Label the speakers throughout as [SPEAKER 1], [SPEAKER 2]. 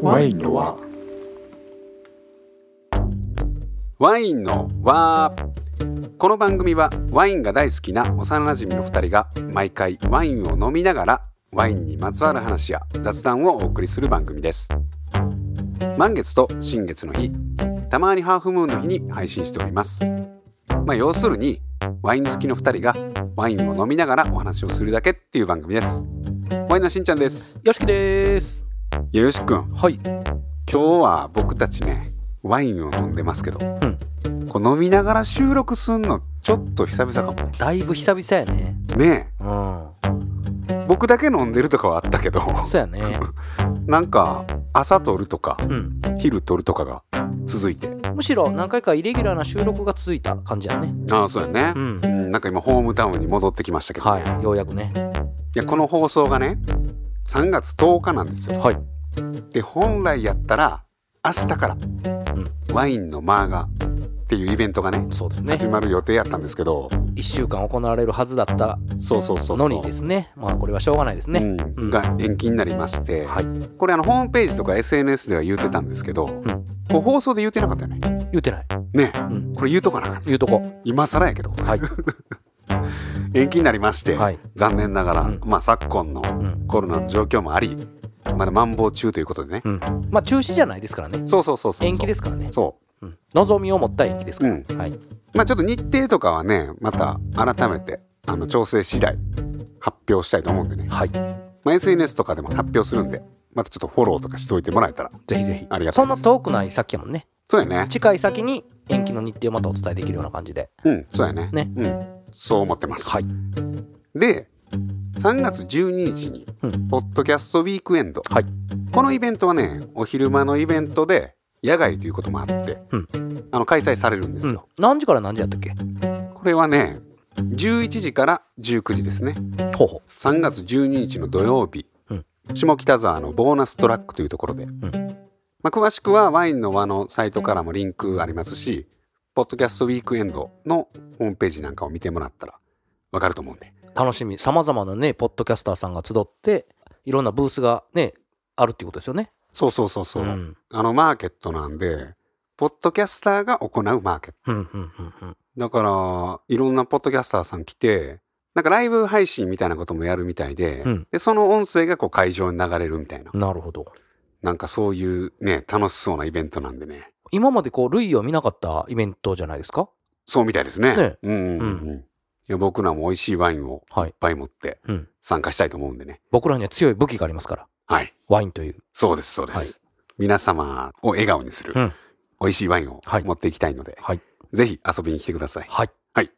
[SPEAKER 1] ワインのは
[SPEAKER 2] ワインのはこの番組はワインが大好きな幼なじみの2人が毎回ワインを飲みながらワインにまつわる話や雑談をお送りする番組です満月と新月の日たまにハーフムーンの日に配信しておりますまあ要するにワイン好きの2人がワインを飲みながらお話をするだけっていう番組ですワインのしんちゃんです
[SPEAKER 3] よしきです。
[SPEAKER 2] いやよしくん
[SPEAKER 3] はい。
[SPEAKER 2] 今日は僕たちねワインを飲んでますけど、
[SPEAKER 3] ん
[SPEAKER 2] こう飲みながら収録すんのちょっと久々かも
[SPEAKER 3] だいぶ久々やね。
[SPEAKER 2] ねね
[SPEAKER 3] うん。
[SPEAKER 2] え僕だけ飲んでるとかはあったけど
[SPEAKER 3] そうやね。
[SPEAKER 2] なんか朝撮るとか
[SPEAKER 3] うん。
[SPEAKER 2] 昼撮るとかが続いて
[SPEAKER 3] むしろ何回かイレギュラーな収録が続いた感じやね。
[SPEAKER 2] ああそうやね、
[SPEAKER 3] うん
[SPEAKER 2] う。んなんか今ホームタウンに戻ってきましたけど、い、
[SPEAKER 3] はい。ようやくね。
[SPEAKER 2] やこの放送がね3月10日なんですよ
[SPEAKER 3] はい。
[SPEAKER 2] で本来やったら明日から、
[SPEAKER 3] ん
[SPEAKER 2] ワインのマーガっていうイベントがね
[SPEAKER 3] そうですね
[SPEAKER 2] 始。まる予定やったんですけど
[SPEAKER 3] 一週間行われるはずだった
[SPEAKER 2] そうそうそうそ
[SPEAKER 3] の
[SPEAKER 2] う
[SPEAKER 3] にですね。まあこれはしょうがないですね。
[SPEAKER 2] う、
[SPEAKER 3] うんん
[SPEAKER 2] が延期になりまして、
[SPEAKER 3] はい。
[SPEAKER 2] これあのホームページとか SNS では言うてたんですけど、こう放送で言うてなかったよね
[SPEAKER 3] 言うてない。
[SPEAKER 2] ねえ
[SPEAKER 3] うん。
[SPEAKER 2] これ言うとかなあかん
[SPEAKER 3] 言うとこ。
[SPEAKER 2] 今更やけど
[SPEAKER 3] はい。
[SPEAKER 2] 延期になりまして、
[SPEAKER 3] はい
[SPEAKER 2] 残念ながら、
[SPEAKER 3] うん
[SPEAKER 2] まあ、昨今の
[SPEAKER 3] うん。
[SPEAKER 2] コロナの状況もありまだ満房中ということでね、
[SPEAKER 3] うん。まあ中止じゃないですからね。
[SPEAKER 2] そうそうそうそう
[SPEAKER 3] 延期ですすからね。
[SPEAKER 2] そ
[SPEAKER 3] うん。望みを持った延期ですから。
[SPEAKER 2] うん
[SPEAKER 3] はい。
[SPEAKER 2] うまあちょっと日程とかはねまた改めてあの調整次第発表したいと思うんでね、
[SPEAKER 3] はい。
[SPEAKER 2] まあ、SNS とかでも発表するんでまたちょっとフォローとかしておいてもらえたら
[SPEAKER 3] ぜひぜひ
[SPEAKER 2] ありがと
[SPEAKER 3] そ
[SPEAKER 2] うんご
[SPEAKER 3] な
[SPEAKER 2] ざいます
[SPEAKER 3] 遠くない先やもんね。
[SPEAKER 2] そうやね
[SPEAKER 3] 近い先に延期の日程をまたお伝えできるような感じで。
[SPEAKER 2] うんそうやね
[SPEAKER 3] ね
[SPEAKER 2] うん、そう思ってます、
[SPEAKER 3] はい。
[SPEAKER 2] で3月12日に
[SPEAKER 3] うん
[SPEAKER 2] ポッドキャストウィークエンド、
[SPEAKER 3] はい
[SPEAKER 2] このイベントはねお昼間のイベントで野外ということもあって、
[SPEAKER 3] うん
[SPEAKER 2] あの開催されるんです
[SPEAKER 3] うん
[SPEAKER 2] よ、、
[SPEAKER 3] 何時から何時やったっけ
[SPEAKER 2] これはね11時から19時ですね
[SPEAKER 3] ほうほ
[SPEAKER 2] 3月12日の土曜日、
[SPEAKER 3] うん
[SPEAKER 2] 下北沢のボーナストラックというところで、まあ、詳しくはワインの輪のサイトからもリンクありますしポッドキャストウィークエンドのホームページなんかを見てもらったらわかると思うんで
[SPEAKER 3] う楽しみさまざまなねポッドキャスターさんが集っていろんなブースがねあるっていうことですよね
[SPEAKER 2] そうそうそうそう、
[SPEAKER 3] ん
[SPEAKER 2] あのマーケットなんで、ポッドキャスターが行うマーケット。
[SPEAKER 3] うんうんうんうん
[SPEAKER 2] だから、いろんなポッドキャスターさん来て、なんかライブ配信みたいなこともやるみたいで、
[SPEAKER 3] うん
[SPEAKER 2] でその音声がこう会場に流れるみたいな、
[SPEAKER 3] なるほど
[SPEAKER 2] なんかそういうね、楽しそうなイベントなんでね。
[SPEAKER 3] 今までこう類を見なかったイベントじゃないですか
[SPEAKER 2] そうみたいですね。
[SPEAKER 3] ね
[SPEAKER 2] うんうんうん、
[SPEAKER 3] う
[SPEAKER 2] いや僕らも美味しいワインを
[SPEAKER 3] はい
[SPEAKER 2] っ
[SPEAKER 3] い、
[SPEAKER 2] ぱい持って
[SPEAKER 3] うん、
[SPEAKER 2] 参加したいと思うんでね。
[SPEAKER 3] 僕らには強い武器がありますから
[SPEAKER 2] はい。
[SPEAKER 3] ワインという
[SPEAKER 2] そうです、そうです。皆様を笑顔にする、
[SPEAKER 3] うん
[SPEAKER 2] 美味しいワインを
[SPEAKER 3] はい
[SPEAKER 2] 持っていきたいので、
[SPEAKER 3] はい
[SPEAKER 2] ぜひ遊びに来てください。
[SPEAKER 3] はい
[SPEAKER 2] っ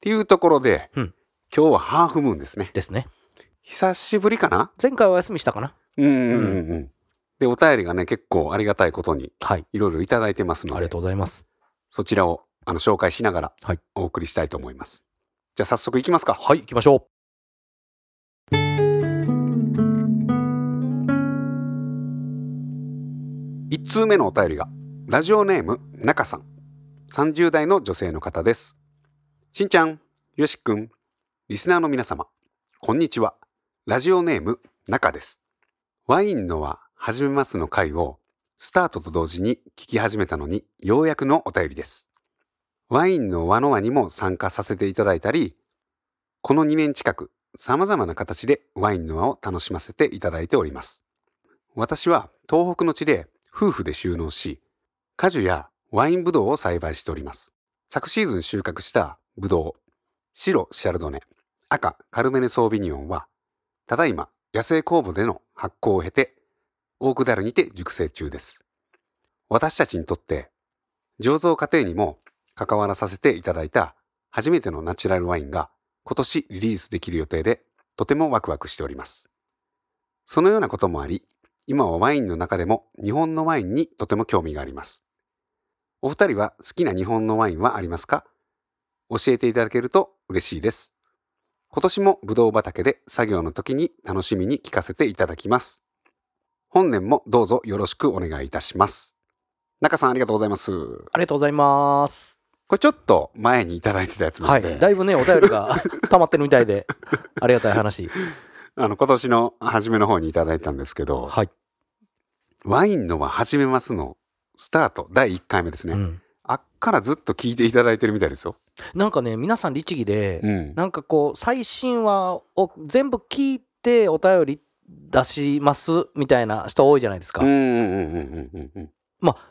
[SPEAKER 2] ていうところで、
[SPEAKER 3] うん
[SPEAKER 2] 今日はハーフムーンですね。
[SPEAKER 3] ですね
[SPEAKER 2] 久しぶりかな
[SPEAKER 3] 前回お休みしたかな
[SPEAKER 2] うんうんうんうん。で、お便りがね、結構ありがたいことに
[SPEAKER 3] はい
[SPEAKER 2] いろいろいただいてます
[SPEAKER 3] あ
[SPEAKER 2] の
[SPEAKER 3] りが
[SPEAKER 2] で、
[SPEAKER 3] とうございます
[SPEAKER 2] そちらをあの紹介しながら
[SPEAKER 3] はい
[SPEAKER 2] お送りしたいと思います。じゃあ早速いきますか。
[SPEAKER 3] はい行きましょ
[SPEAKER 2] 1通目のお便りが、ラジオネーム、中さん。30代の女性の方です。しんちゃん、よしくん、リスナーの皆様、こんにちは。ラジオネーム、中です。ワインのは始めますの回を、スタートと同時に聞き始めたのに、ようやくのお便りです。ワインの和の輪にも参加させていただいたり、この2年近く、様々な形でワインの輪を楽しませていただいております。私は東北の地で夫婦で収納し、果樹やワインブドウを栽培しております。昨シーズン収穫したブドウ、白シャルドネ、赤カルメネソービニオンは、ただいま野生酵母での発酵を経て、オークダルにて熟成中です。私たちにとって、醸造過程にも関わらさせていただいた初めてのナチュラルワインが今年リリースできる予定で、とてもワクワクしております。そのようなこともあり、今はワインの中でも日本のワインにとても興味があります。お二人は好きな日本のワインはありますか教えていただけると嬉しいです。今年もぶどう畑で作業の時に楽しみに聞かせていただきます。本年もどうぞよろしくお願いいたします。中さんありがとうございます。
[SPEAKER 3] うありがとうございます
[SPEAKER 2] これちょっと前にいただいてたやつな
[SPEAKER 3] は
[SPEAKER 2] んで、
[SPEAKER 3] いだいぶねお便りが溜まってるみたい でありがたい話
[SPEAKER 2] あの今年の初めの方にいただいたんですけど、
[SPEAKER 3] はい
[SPEAKER 2] ワインのは始めますのスタート第1回目ですね、
[SPEAKER 3] うん、
[SPEAKER 2] あっからずっと聞いていただいてるみたいですよ、
[SPEAKER 3] なんかね皆さん律儀で、
[SPEAKER 2] うん、
[SPEAKER 3] なんかこう最新話を全部聞いてお便り出しますみたいな人多いじゃないですか、
[SPEAKER 2] うんうんうんうんうんうん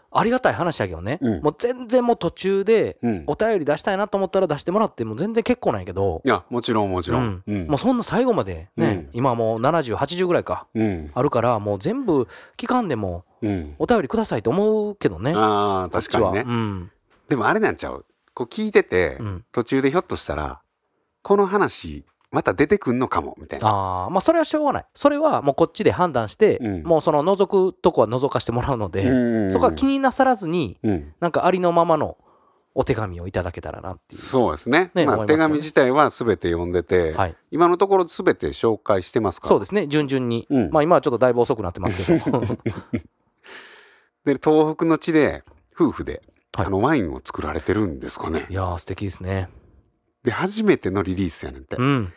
[SPEAKER 3] ありがたい話だけどね、
[SPEAKER 2] うん
[SPEAKER 3] もう全然もう途中で
[SPEAKER 2] うん
[SPEAKER 3] お便り出したいなと思ったら出してもらってもう全然結構なんやけど、
[SPEAKER 2] いやもちろんもちろん、うん
[SPEAKER 3] もうそんな最後までね、
[SPEAKER 2] うん
[SPEAKER 3] 今もう7080ぐらいか
[SPEAKER 2] うん
[SPEAKER 3] あるからもう全部期間でも
[SPEAKER 2] うん
[SPEAKER 3] お便りくださいと思うけどね
[SPEAKER 2] あー
[SPEAKER 3] こっ
[SPEAKER 2] 確
[SPEAKER 3] ち
[SPEAKER 2] かに
[SPEAKER 3] は
[SPEAKER 2] ね、
[SPEAKER 3] うん
[SPEAKER 2] でもあれなんちゃうこう聞いてて、
[SPEAKER 3] うん
[SPEAKER 2] 途中でひょっとしたらこの話また出てくんのかもみたいな
[SPEAKER 3] ああまあそれはしょうがないそれはもうこっちで判断して、
[SPEAKER 2] うん
[SPEAKER 3] もうその覗くとこは覗かしてもらうので、そこは気
[SPEAKER 2] に、
[SPEAKER 3] になさらずに
[SPEAKER 2] うん、
[SPEAKER 3] なんかありのままのお手紙をいただけたらなってい
[SPEAKER 2] そうですね
[SPEAKER 3] ね
[SPEAKER 2] ま
[SPEAKER 3] 思
[SPEAKER 2] あ、
[SPEAKER 3] いますけど
[SPEAKER 2] 手
[SPEAKER 3] ね
[SPEAKER 2] 紙自体は全て読んでて、
[SPEAKER 3] う、はい、
[SPEAKER 2] 今のところ全て紹介してますから
[SPEAKER 3] そうですね順々に、
[SPEAKER 2] うん
[SPEAKER 3] まあ今はちょっとだいぶ遅くなってますけど
[SPEAKER 2] で東北の地で夫婦で、
[SPEAKER 3] はい
[SPEAKER 2] あのワインを作られてるんですかね
[SPEAKER 3] いやー素敵ですね
[SPEAKER 2] で初めてのリリースやねんて、
[SPEAKER 3] うん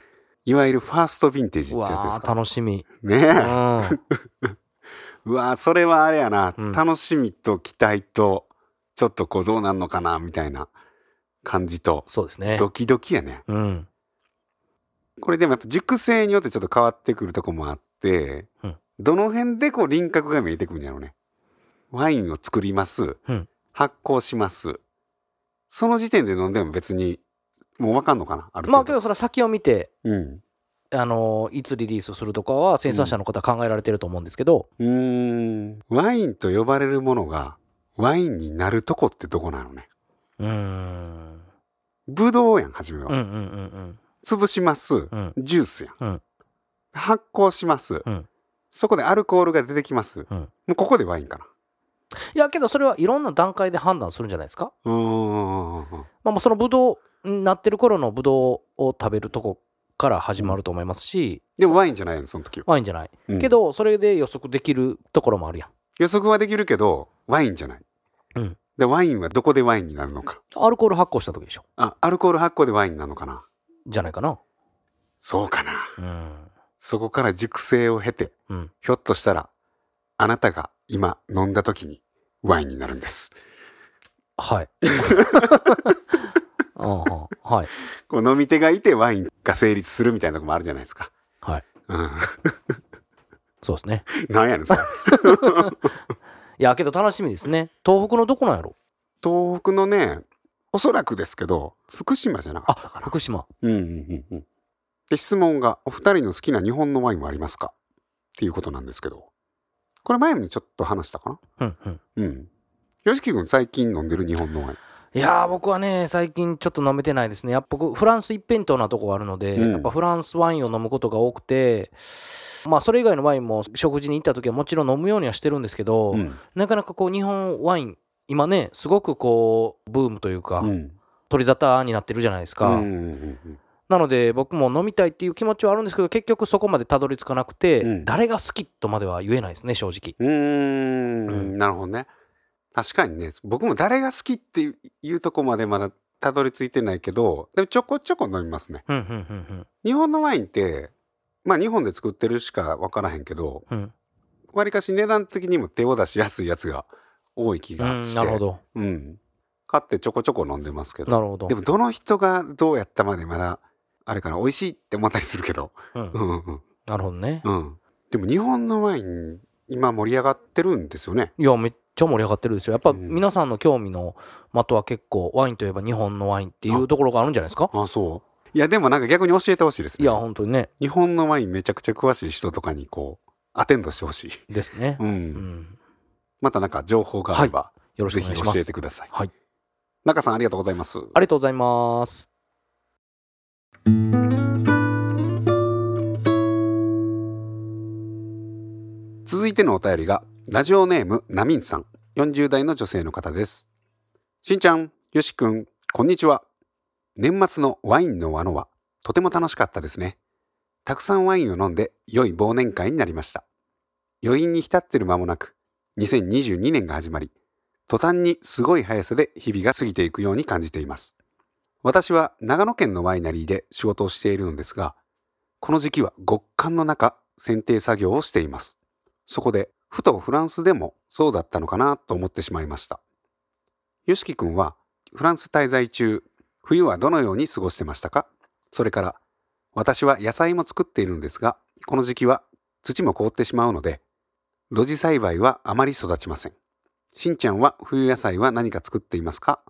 [SPEAKER 2] いわゆるファーストヴィンテージっ
[SPEAKER 3] う
[SPEAKER 2] て
[SPEAKER 3] わ
[SPEAKER 2] やつです
[SPEAKER 3] ー
[SPEAKER 2] か
[SPEAKER 3] 楽しみ、う
[SPEAKER 2] ね
[SPEAKER 3] ん、
[SPEAKER 2] えうわーそれはあれやな、
[SPEAKER 3] うん
[SPEAKER 2] 楽しみと期待とちょっとこうどうなんのかなみたいな感じと
[SPEAKER 3] そうですね
[SPEAKER 2] ドキドキやね
[SPEAKER 3] うん
[SPEAKER 2] これでもやっぱ熟成によってちょっと変わってくるとこもあって、
[SPEAKER 3] うん
[SPEAKER 2] どの辺でこう輪郭が見えてくるんやろうねワインを作ります、
[SPEAKER 3] うん
[SPEAKER 2] 発酵しますその時点で飲んでも別にもう分かんのかなある
[SPEAKER 3] まあ
[SPEAKER 2] 程
[SPEAKER 3] け
[SPEAKER 2] 度、
[SPEAKER 3] どそれは先を見て
[SPEAKER 2] うん
[SPEAKER 3] あのーいつリリースするとかは生産者の方は考えられてると思うんですけど、
[SPEAKER 2] うーんワインと呼ばれるものがワインになるとこってどこなのね
[SPEAKER 3] うーん
[SPEAKER 2] ブドウやん初めは、
[SPEAKER 3] うんうんうん
[SPEAKER 2] 潰します
[SPEAKER 3] うんうん
[SPEAKER 2] ジュースやん、
[SPEAKER 3] うん
[SPEAKER 2] 発酵します、
[SPEAKER 3] うん
[SPEAKER 2] そこでアルコールが出てきます、
[SPEAKER 3] うん
[SPEAKER 2] もうここでワインかない
[SPEAKER 3] やけどそれはいろんな段階で判断するんじゃないですか、
[SPEAKER 2] うーん
[SPEAKER 3] まあ、まあそのブドウになってる頃のブドウを食べるとこから始まると思いますし、
[SPEAKER 2] でもワインじゃないのその時は、
[SPEAKER 3] ワインじゃない、
[SPEAKER 2] うん
[SPEAKER 3] けどそれで予測できるところもあるやん
[SPEAKER 2] 予測はできるけどワインじゃない、
[SPEAKER 3] うん
[SPEAKER 2] でワインはどこでワインになるのか
[SPEAKER 3] アルコール発酵した時でしょ
[SPEAKER 2] あアルコール発酵でワインになるのかな
[SPEAKER 3] じゃないかな
[SPEAKER 2] そうかな
[SPEAKER 3] うん
[SPEAKER 2] そこから熟成を経て
[SPEAKER 3] うん
[SPEAKER 2] ひょっとしたらあなたが今飲んだ時にワインになるんです
[SPEAKER 3] はい うんうんはい
[SPEAKER 2] こう飲み手がいてワインが成立するみたいなとこもあるじゃないですか
[SPEAKER 3] はい
[SPEAKER 2] うん、
[SPEAKER 3] そうですね
[SPEAKER 2] なんやねんそれ
[SPEAKER 3] いやけど楽しみですね東北のどこなんやろ
[SPEAKER 2] 東北のねおそらくですけど福島じゃな
[SPEAKER 3] あ
[SPEAKER 2] かったかな
[SPEAKER 3] 福島
[SPEAKER 2] うんうんうんうん。で質問が「お二人の好きな日本のワインはありますか?」っていうことなんですけどこれ前にちょっと話したか
[SPEAKER 3] うんうん
[SPEAKER 2] なうん。よしき君最近飲んでる日本のワイン。
[SPEAKER 3] いやー僕はね最近ちょっと飲めてないですねやっぱ僕フランス一辺倒なとこがあるので、
[SPEAKER 2] うん
[SPEAKER 3] やっぱフランスワインを飲むことが多くてまあそれ以外のワインも食事に行った時はもちろん飲むようにはしてるんですけど、
[SPEAKER 2] うん
[SPEAKER 3] なかなかこう日本ワイン今ねすごくこうブームというか、
[SPEAKER 2] うん
[SPEAKER 3] 取り沙汰になってるじゃないですか、
[SPEAKER 2] うんうんうん
[SPEAKER 3] なので僕も飲みたいっていう気持ちはあるんですけど結局そこまでたどり着かなくて、
[SPEAKER 2] うん
[SPEAKER 3] 誰が好きとまでは言えないですね正直
[SPEAKER 2] うん。うー
[SPEAKER 3] うん
[SPEAKER 2] んなるほどね。確かにね僕も誰が好きっていうとこまでまだたどり着いてないけどでもちょこちょこ飲みますね。
[SPEAKER 3] うんうんうん
[SPEAKER 2] 日本のワインってまあ日本で作ってるしか分からへんけど
[SPEAKER 3] うんうん
[SPEAKER 2] わりかし値段的にも手を出しやすいやつが多い気
[SPEAKER 3] う
[SPEAKER 2] が
[SPEAKER 3] ん
[SPEAKER 2] して、
[SPEAKER 3] なるほど
[SPEAKER 2] うん。買ってちょこちょこ飲んでますけど。
[SPEAKER 3] なるほど
[SPEAKER 2] でもどの人がどうやったまでまだ、あれかな、美味しいって思ったりするけど。
[SPEAKER 3] うん
[SPEAKER 2] うんうん
[SPEAKER 3] なるほどね、
[SPEAKER 2] うん。うん。でも日本のワイン、今盛り上がってるんですよね。
[SPEAKER 3] いやめっちゃ盛り上がってるですよやっぱ
[SPEAKER 2] うん
[SPEAKER 3] 皆さんの興味の的は結構ワインといえば日本のワインっていうところがあるんじゃないですか
[SPEAKER 2] あ、そう。いや、でもなんか逆に教えてほしいです
[SPEAKER 3] い
[SPEAKER 2] ね。
[SPEAKER 3] や本当にね
[SPEAKER 2] 日本のワインめちゃくちゃ詳しい人とかにこう、アテンドしてほしい。
[SPEAKER 3] ですね
[SPEAKER 2] う、ん。
[SPEAKER 3] うん、
[SPEAKER 2] またなんか情報があれば、
[SPEAKER 3] よろし
[SPEAKER 2] ぜ
[SPEAKER 3] くお願
[SPEAKER 2] ひ
[SPEAKER 3] いし
[SPEAKER 2] 教
[SPEAKER 3] ます
[SPEAKER 2] えてください。
[SPEAKER 3] はい。
[SPEAKER 2] 中さんありがとうございます。
[SPEAKER 3] ありがとうございます
[SPEAKER 2] 続いてのお便りがラジオネームナミンさん40代の女性の方ですしんちゃんよしくんこんにちは年末のワインの和のはとても楽しかったですねたくさんワインを飲んで良い忘年会になりました余韻に浸ってる間もなく2022年が始まり途端にすごい速さで日々が過ぎていくように感じています私は長野県のワイナリーで仕事をしているのですがこの時期は極寒の中剪定作業をしていますそこでふとフランスでもそうだったのかなと思ってしまいました。よしきくんはフランス滞在中、冬はどのように過ごしてましたかそれから、私は野菜も作っているのですが、この時期は土も凍ってしまうので、露地栽培はあまり育ちません。しんちゃんは冬野菜は何か作っていますか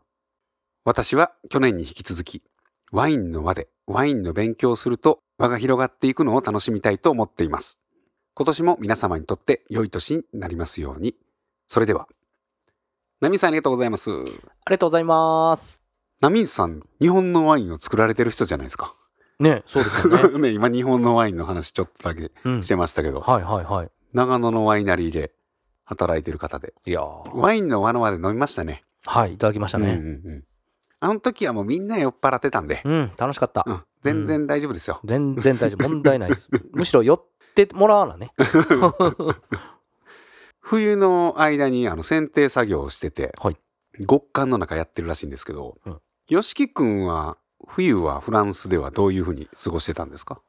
[SPEAKER 2] 私は去年に引き続き、ワインの輪でワインの勉強をすると輪が広がっていくのを楽しみたいと思っています。今年も皆様にとって良い年になりますように。それでは。ナミンさんありがとうございます。
[SPEAKER 3] ありがとうございます。
[SPEAKER 2] ナミンさん、日本のワインを作られてる人じゃないですか。
[SPEAKER 3] ね、そうですよ ね。
[SPEAKER 2] ね今日本のワインの話ちょっとだけ
[SPEAKER 3] うん
[SPEAKER 2] し。てましたけど、
[SPEAKER 3] はいはいはい。
[SPEAKER 2] 長野のワイナリーで働いてる方で。
[SPEAKER 3] いやー
[SPEAKER 2] ワインの輪の輪で飲みましたね。
[SPEAKER 3] はい、いただきました
[SPEAKER 2] うん
[SPEAKER 3] ね。
[SPEAKER 2] うんうん。あの時はもうみんな酔っ払ってたんで、
[SPEAKER 3] うん、楽しかった
[SPEAKER 2] う。ん、全然大丈夫ですよ。
[SPEAKER 3] 全然大丈夫。問題ない です。むしろ寄ってもらわなね。
[SPEAKER 2] 冬の間にあの剪定作業をしてて、
[SPEAKER 3] はい
[SPEAKER 2] 極寒の中やってるらしいんですけど、
[SPEAKER 3] うん
[SPEAKER 2] よしきくんは冬はフランスではどういうふうに過ごしてたんですか、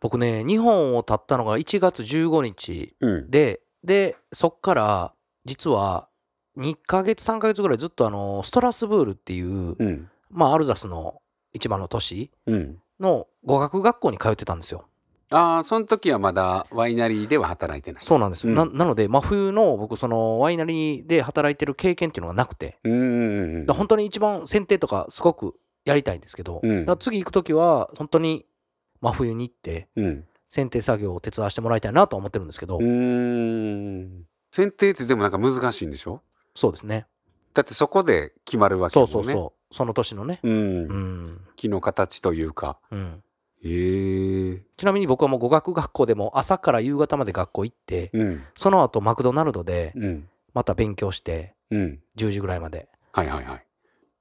[SPEAKER 3] 僕ね、日本を経ったのが1月15日
[SPEAKER 2] うん、
[SPEAKER 3] で、で、そっから、実は、2ヶ月、3ヶ月ぐらいずっとあの、ストラスブールっていう、
[SPEAKER 2] うん
[SPEAKER 3] まあ、アルザスの一番の都市
[SPEAKER 2] うん
[SPEAKER 3] の語学学校に通ってたんですよ。
[SPEAKER 2] ああその時はまだワイナリーでは働いてない
[SPEAKER 3] そうなんです。
[SPEAKER 2] うん
[SPEAKER 3] ななので、真冬の僕、その、ワイナリーで働いてる経験っていうのがなくて、
[SPEAKER 2] うんうんうん
[SPEAKER 3] だから本当に一番剪定とかすごくやりたいんですけど、
[SPEAKER 2] うん
[SPEAKER 3] だから次行く時は本当に真冬に行って
[SPEAKER 2] うん
[SPEAKER 3] 剪定作業を手伝わせてもらいたいなとは思ってるんですけど、
[SPEAKER 2] うーん剪定ってでもなんか難しいんでしょ
[SPEAKER 3] そうですね
[SPEAKER 2] だってそこで決まるわけ
[SPEAKER 3] そ
[SPEAKER 2] も
[SPEAKER 3] うん
[SPEAKER 2] ね
[SPEAKER 3] そうそうその年のね
[SPEAKER 2] う、、
[SPEAKER 3] うんん
[SPEAKER 2] 木の形というか
[SPEAKER 3] うん、
[SPEAKER 2] えー、
[SPEAKER 3] ちなみに僕はもう語学学校でも朝から夕方まで学校行って
[SPEAKER 2] うん
[SPEAKER 3] その後マクドナルドで
[SPEAKER 2] うん
[SPEAKER 3] また勉強して
[SPEAKER 2] うん
[SPEAKER 3] 10時ぐらいまで
[SPEAKER 2] はいはいはい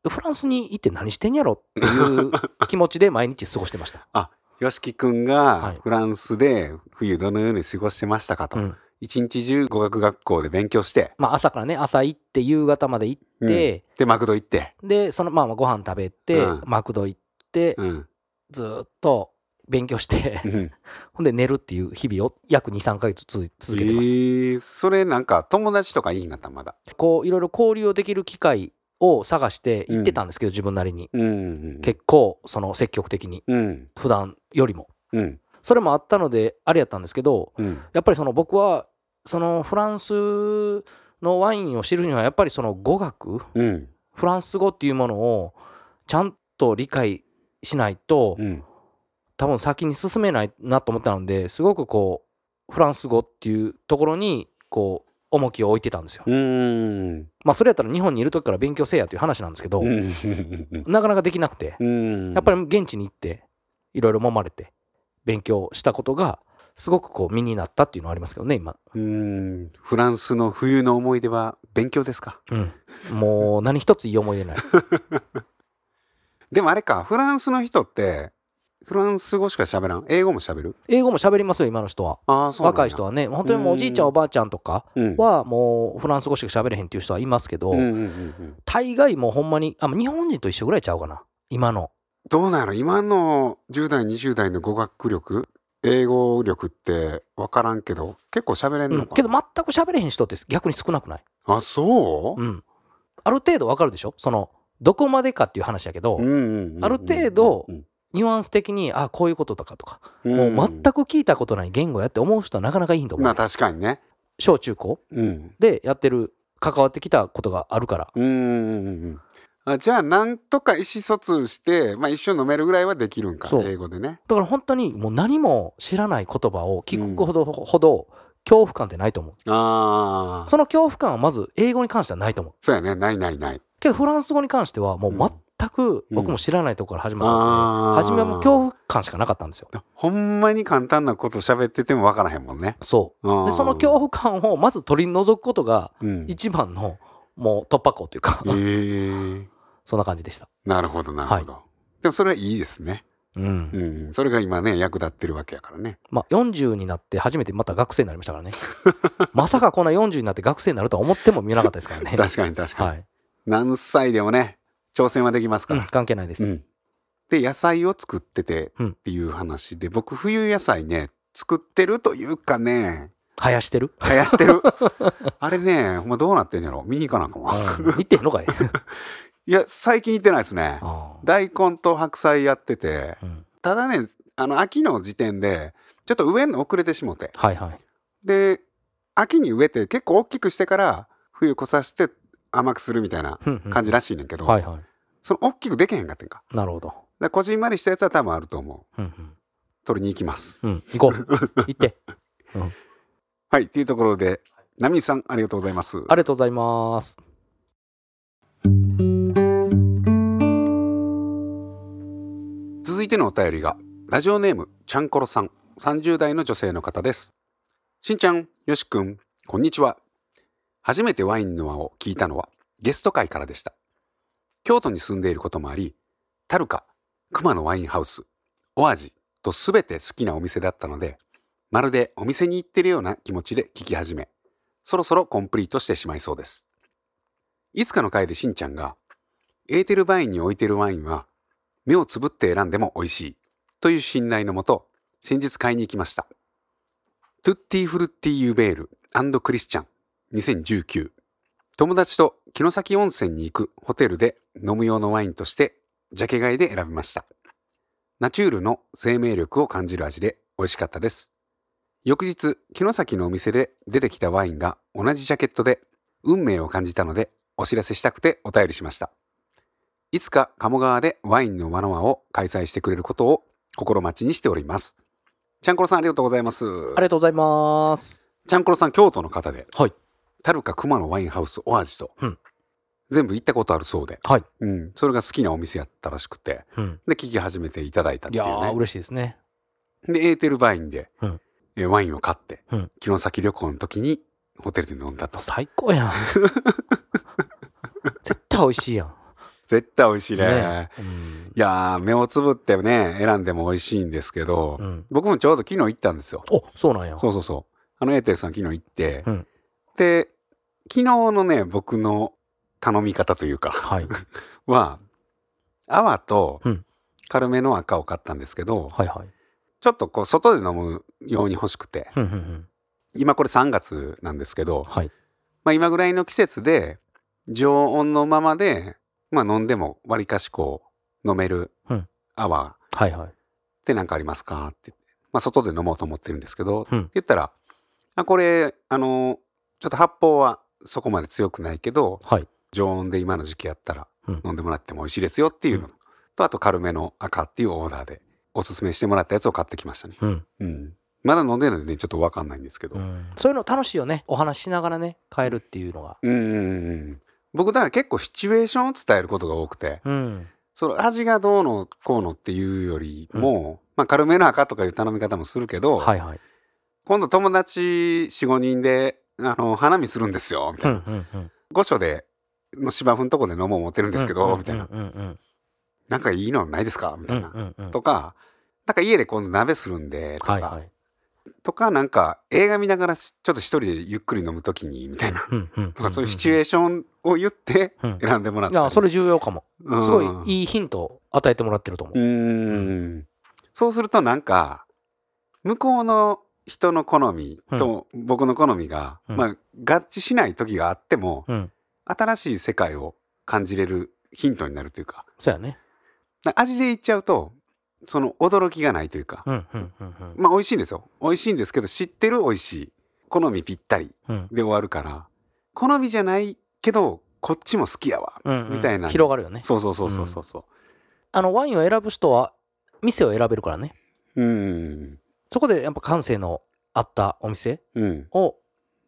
[SPEAKER 3] フランスに行って何してんやろっていう気持ちで毎日過ごしてました、
[SPEAKER 2] よしきくん
[SPEAKER 3] は
[SPEAKER 2] が
[SPEAKER 3] い
[SPEAKER 2] フランスで冬ど のように過ごしてましたかと、
[SPEAKER 3] うん
[SPEAKER 2] 一日中語学学校で勉強して、
[SPEAKER 3] まあ、朝からね朝行って夕方まで行っ
[SPEAKER 2] うん
[SPEAKER 3] て、
[SPEAKER 2] でマクド行って、
[SPEAKER 3] でそのまあまあご飯食べて、
[SPEAKER 2] うん
[SPEAKER 3] マクド行って、
[SPEAKER 2] うん
[SPEAKER 3] ずーっと勉強して
[SPEAKER 2] うん
[SPEAKER 3] ほんで寝るっていう日々を約23ヶ月つ続けてま
[SPEAKER 2] え
[SPEAKER 3] し
[SPEAKER 2] ーそれなんか友達とかいいんかったまだ、
[SPEAKER 3] た、こういろいろ交流をできる機会を探して行ってたんですけど、自分なりに
[SPEAKER 2] うんうん
[SPEAKER 3] 結構その積極的に
[SPEAKER 2] うん
[SPEAKER 3] 普段よりも
[SPEAKER 2] うん
[SPEAKER 3] それもあったのであれやったんですけど
[SPEAKER 2] うん
[SPEAKER 3] やっぱりその僕はそのフランスのワインを知るにはやっぱりその語学
[SPEAKER 2] うん
[SPEAKER 3] フランス語っていうものをちゃんと理解しないと、
[SPEAKER 2] うん
[SPEAKER 3] 多分先に進めないなと思ったのですごくこうフランス語っていうところにこう重きを置いてたんですよ。
[SPEAKER 2] うん
[SPEAKER 3] まあそれやったら日本にいる時から勉強せえやという話なんですけど、なかなかできなくて、
[SPEAKER 2] うん
[SPEAKER 3] やっぱり現地に行っていろいろ揉まれて勉強したことがすごくこう身になったっていうのはありますけどね今、
[SPEAKER 2] うんフランスの冬の思い出は勉強ですか
[SPEAKER 3] うん、もう何一ついい思い出 ない
[SPEAKER 2] でもあれかフランスの人ってフランス語しか喋らん英語も喋る
[SPEAKER 3] 英語も喋りますよ今の人は
[SPEAKER 2] ああそうなんや
[SPEAKER 3] 若い人はね本当にもうおじいちゃん
[SPEAKER 2] うん
[SPEAKER 3] おばあちゃんとか
[SPEAKER 2] うん
[SPEAKER 3] はもうフランス語しか喋れへんっていう人はいますけど、
[SPEAKER 2] うんうんうんうん
[SPEAKER 3] 大概もうほんまにあ日本人と一緒ぐらいちゃうかな今の
[SPEAKER 2] どうなの今の10代20代の語学力英語力って分からんけど結構喋れん
[SPEAKER 3] う
[SPEAKER 2] の
[SPEAKER 3] ん、
[SPEAKER 2] か、
[SPEAKER 3] けど全く喋れへん人って逆に少なくない、
[SPEAKER 2] あそう、
[SPEAKER 3] うん、ある程度わかるでしょそのどこまでかっていう話やけど、
[SPEAKER 2] うんうんうん
[SPEAKER 3] ある程度
[SPEAKER 2] ん
[SPEAKER 3] ニュアンス的にあこういうこととかとか、
[SPEAKER 2] うん
[SPEAKER 3] もう全く聞いたことない言語やって思う人はなかなかいいと思う、
[SPEAKER 2] まあ確かにね
[SPEAKER 3] 小中高
[SPEAKER 2] うん
[SPEAKER 3] でやってる関わってきたことがあるから
[SPEAKER 2] うんうんうんうんあじゃあなんとか意思疎通して、まあ、一緒に飲めるぐらいはできるんか
[SPEAKER 3] そう
[SPEAKER 2] 英語でね
[SPEAKER 3] だから本当にもう何も知らない言葉を聞くほど,、ほど恐怖感ってないと思う
[SPEAKER 2] ああ
[SPEAKER 3] その恐怖感はまず英語に関してはないと思う
[SPEAKER 2] そうやねないないない
[SPEAKER 3] けどフランス語に関してはも
[SPEAKER 2] うん
[SPEAKER 3] う全く僕も知らないところから始ま
[SPEAKER 2] あー
[SPEAKER 3] ったので、初めはもう恐怖感しかなかったんですよ
[SPEAKER 2] ほんまに簡単なこと喋ってても分からへんもんね
[SPEAKER 3] そう
[SPEAKER 2] あ
[SPEAKER 3] で
[SPEAKER 2] ー
[SPEAKER 3] その恐怖感をまず取り除くことが
[SPEAKER 2] うんえ
[SPEAKER 3] 一番のもう突破口というか、
[SPEAKER 2] えー、
[SPEAKER 3] そんな感じでした。
[SPEAKER 2] なるほどなるほど、でもそれはいいですね
[SPEAKER 3] うん
[SPEAKER 2] うん、それが今ね役立ってるわけやからね。
[SPEAKER 3] まあ、40になって初めてまた学生になりましたからね まさかこんな40になって学生になるとは思っても見なかったですからね
[SPEAKER 2] 確かに確かに。
[SPEAKER 3] はい、
[SPEAKER 2] 何歳でもね挑戦はできます
[SPEAKER 3] う
[SPEAKER 2] か
[SPEAKER 3] ん、
[SPEAKER 2] ら。
[SPEAKER 3] 関係ないです、
[SPEAKER 2] うんで野菜を作ってて
[SPEAKER 3] うん
[SPEAKER 2] っていう話で僕冬野菜ね作ってるというかね
[SPEAKER 3] 生やしてる、
[SPEAKER 2] 生やし てる。あれね、ほんまどうなってんやろ見に行かなあかん わ。
[SPEAKER 3] うん、行ってへんのかい
[SPEAKER 2] いや、最近行ってないですね。
[SPEAKER 3] あー
[SPEAKER 2] 大根と白菜やってて、
[SPEAKER 3] うん
[SPEAKER 2] ただね、あの、秋の時点で、ちょっと植えるの遅れてしもて。
[SPEAKER 3] はいはい
[SPEAKER 2] で、秋に植えて結構大きくしてから、冬越さして甘くするみたいな
[SPEAKER 3] ふんふん
[SPEAKER 2] 感じらしいねんけど、
[SPEAKER 3] はいは
[SPEAKER 2] その大きくでけへんかってんか。
[SPEAKER 3] いなるほど、
[SPEAKER 2] だからこじんまりしたやつは多分あると思う。
[SPEAKER 3] うんうん
[SPEAKER 2] 取りに行きます。
[SPEAKER 3] うん、行 こう行って
[SPEAKER 2] はい、っていうところで、ナミさん、ありがとうございます。
[SPEAKER 3] ありがとうございます
[SPEAKER 2] 続いてのお便りがラジオネームちゃんころさん30代の女性の方ですしんちゃんよしくんこんにちは初めてワインの輪を聞いたのはゲスト会からでした京都に住んでいることもありタルカ熊のワインハウスオアジとすべて好きなお店だったのでまるでお店に行ってるような気持ちで聞き始めそろそろコンプリートしてしまいそうですいつかの回でしんちゃんがエーテルバインに置いてるワインは目をつぶって選んでも美味しいという信頼のもと先日買いに行きましたトゥッティフルッティユーベールクリスチャン2019友達と城崎温泉に行くホテルで飲む用のワインとしてジャケ買いで選びましたナチュールの生命力を感じる味で美味しかったです翌日城崎のお店で出てきたワインが同じジャケットで運命を感じたのでお知らせしたくてお便りしましたいつか鴨川でワインのワノワを開催してくれることを心待ちにしております。ちゃんころさんありがとうございます。
[SPEAKER 3] ありがとうございます
[SPEAKER 2] ちゃんころさん京都の方で、
[SPEAKER 3] はい、
[SPEAKER 2] タルカ熊のワインハウスオアジと、
[SPEAKER 3] うん
[SPEAKER 2] 全部行ったことあるそうで、
[SPEAKER 3] はい、
[SPEAKER 2] うん、それが好きなお店やったらしくて、
[SPEAKER 3] うん、
[SPEAKER 2] で聞き始めていただいたっ
[SPEAKER 3] い
[SPEAKER 2] てい
[SPEAKER 3] や
[SPEAKER 2] う
[SPEAKER 3] ー
[SPEAKER 2] ね。
[SPEAKER 3] 嬉しいですね
[SPEAKER 2] でエーテルバインで、
[SPEAKER 3] うん
[SPEAKER 2] えーワインを買って、
[SPEAKER 3] うん
[SPEAKER 2] 城崎旅行の時にホテルで飲んだと。
[SPEAKER 3] 最高 やん絶対美味しいやん
[SPEAKER 2] 絶対美味しいね。
[SPEAKER 3] ねうん
[SPEAKER 2] いやー目をつぶってね選んでも美味しいんですけど、
[SPEAKER 3] うん
[SPEAKER 2] 僕もちょうど昨日行ったんですよ。
[SPEAKER 3] おそうなんや
[SPEAKER 2] そうそうそう。あのエーテルさん昨日行って、
[SPEAKER 3] うん
[SPEAKER 2] で、昨日のね、僕の頼み方というか、
[SPEAKER 3] はい
[SPEAKER 2] は、泡と
[SPEAKER 3] うん
[SPEAKER 2] 軽めの赤を買ったんですけど、
[SPEAKER 3] はいはい
[SPEAKER 2] ちょっとこう、外で飲むように欲しくて、
[SPEAKER 3] ふんふんふん
[SPEAKER 2] 今これ3月なんですけど、
[SPEAKER 3] はい
[SPEAKER 2] まあ今ぐらいの季節で、常温のままで、まあ飲んでも割かしこう、飲める
[SPEAKER 3] うん
[SPEAKER 2] 泡っ
[SPEAKER 3] はいはい
[SPEAKER 2] て何かありますかって。まあ外で飲もうと思ってるんですけど、
[SPEAKER 3] うん
[SPEAKER 2] 言ったら、あこれ、あの、ちょっと発泡はそこまで強くないけど、
[SPEAKER 3] はい
[SPEAKER 2] 常温で今の時期やったら
[SPEAKER 3] うん
[SPEAKER 2] 飲んでもらっても美味しいですよっていうの、
[SPEAKER 3] う
[SPEAKER 2] と、あと軽めの赤っていうオーダーでおすすめしてもらったやつを買ってきましたね。
[SPEAKER 3] うん
[SPEAKER 2] うん。まだ飲んでないのでね、ちょっとわかんないんですけど。
[SPEAKER 3] う
[SPEAKER 2] うん
[SPEAKER 3] んそういうの楽しいよねお話ししながらね変えるっていうのが
[SPEAKER 2] うんうんうん。僕だから結構シチュエーションを伝えることが多くて、
[SPEAKER 3] うん
[SPEAKER 2] その味がどうのこうのっていうよりも、まあ軽めの赤とかいう頼み方もするけど、
[SPEAKER 3] はいはい
[SPEAKER 2] 今度友達4、5人で、あの、花見するんですよ、みたいな。
[SPEAKER 3] うんうん
[SPEAKER 2] 御所での芝生のとこで飲もう思ってるんですけど、
[SPEAKER 3] うんうん
[SPEAKER 2] みたいな。
[SPEAKER 3] うんうん
[SPEAKER 2] なんかいいのないですかみ
[SPEAKER 3] う
[SPEAKER 2] た
[SPEAKER 3] んう
[SPEAKER 2] い
[SPEAKER 3] んう
[SPEAKER 2] な。
[SPEAKER 3] んうん
[SPEAKER 2] とか、なんか家で今度鍋するんで、とか、
[SPEAKER 3] はいはい
[SPEAKER 2] とか、なんか映画見ながらしちょっと一人でゆっくり飲むときに、みたいな。
[SPEAKER 3] うんうん
[SPEAKER 2] とかそういうシチュエーションを言って
[SPEAKER 3] うんうん
[SPEAKER 2] 選んでもらっ
[SPEAKER 3] い
[SPEAKER 2] た
[SPEAKER 3] や
[SPEAKER 2] り。
[SPEAKER 3] それ重要かも
[SPEAKER 2] うん
[SPEAKER 3] すごいいいヒントを与えてもらってると思
[SPEAKER 2] う
[SPEAKER 3] う
[SPEAKER 2] ーん。そうするとなんか、向こうの人の好みと僕の好みが、
[SPEAKER 3] うん
[SPEAKER 2] まあ、合致しない時があっても、
[SPEAKER 3] うん
[SPEAKER 2] 新しい世界を感じれるヒントになるというか、
[SPEAKER 3] そうやね
[SPEAKER 2] なんか味で言っちゃうと、その驚きがないというか、
[SPEAKER 3] うんうんうんうん
[SPEAKER 2] まあ美味しいんですよ。美味しいんですけど、知ってる美味しい。好みぴったり
[SPEAKER 3] うん
[SPEAKER 2] で終わるから、好みじゃないけど、こっちも好きやわ。
[SPEAKER 3] うんうん
[SPEAKER 2] みたいな
[SPEAKER 3] 広がるよね
[SPEAKER 2] そうそうそうそうそうそ
[SPEAKER 3] あのワインを選ぶ人は店を選べるからね
[SPEAKER 2] う。うん。
[SPEAKER 3] そこでやっぱ感性のあったお店
[SPEAKER 2] うん。
[SPEAKER 3] を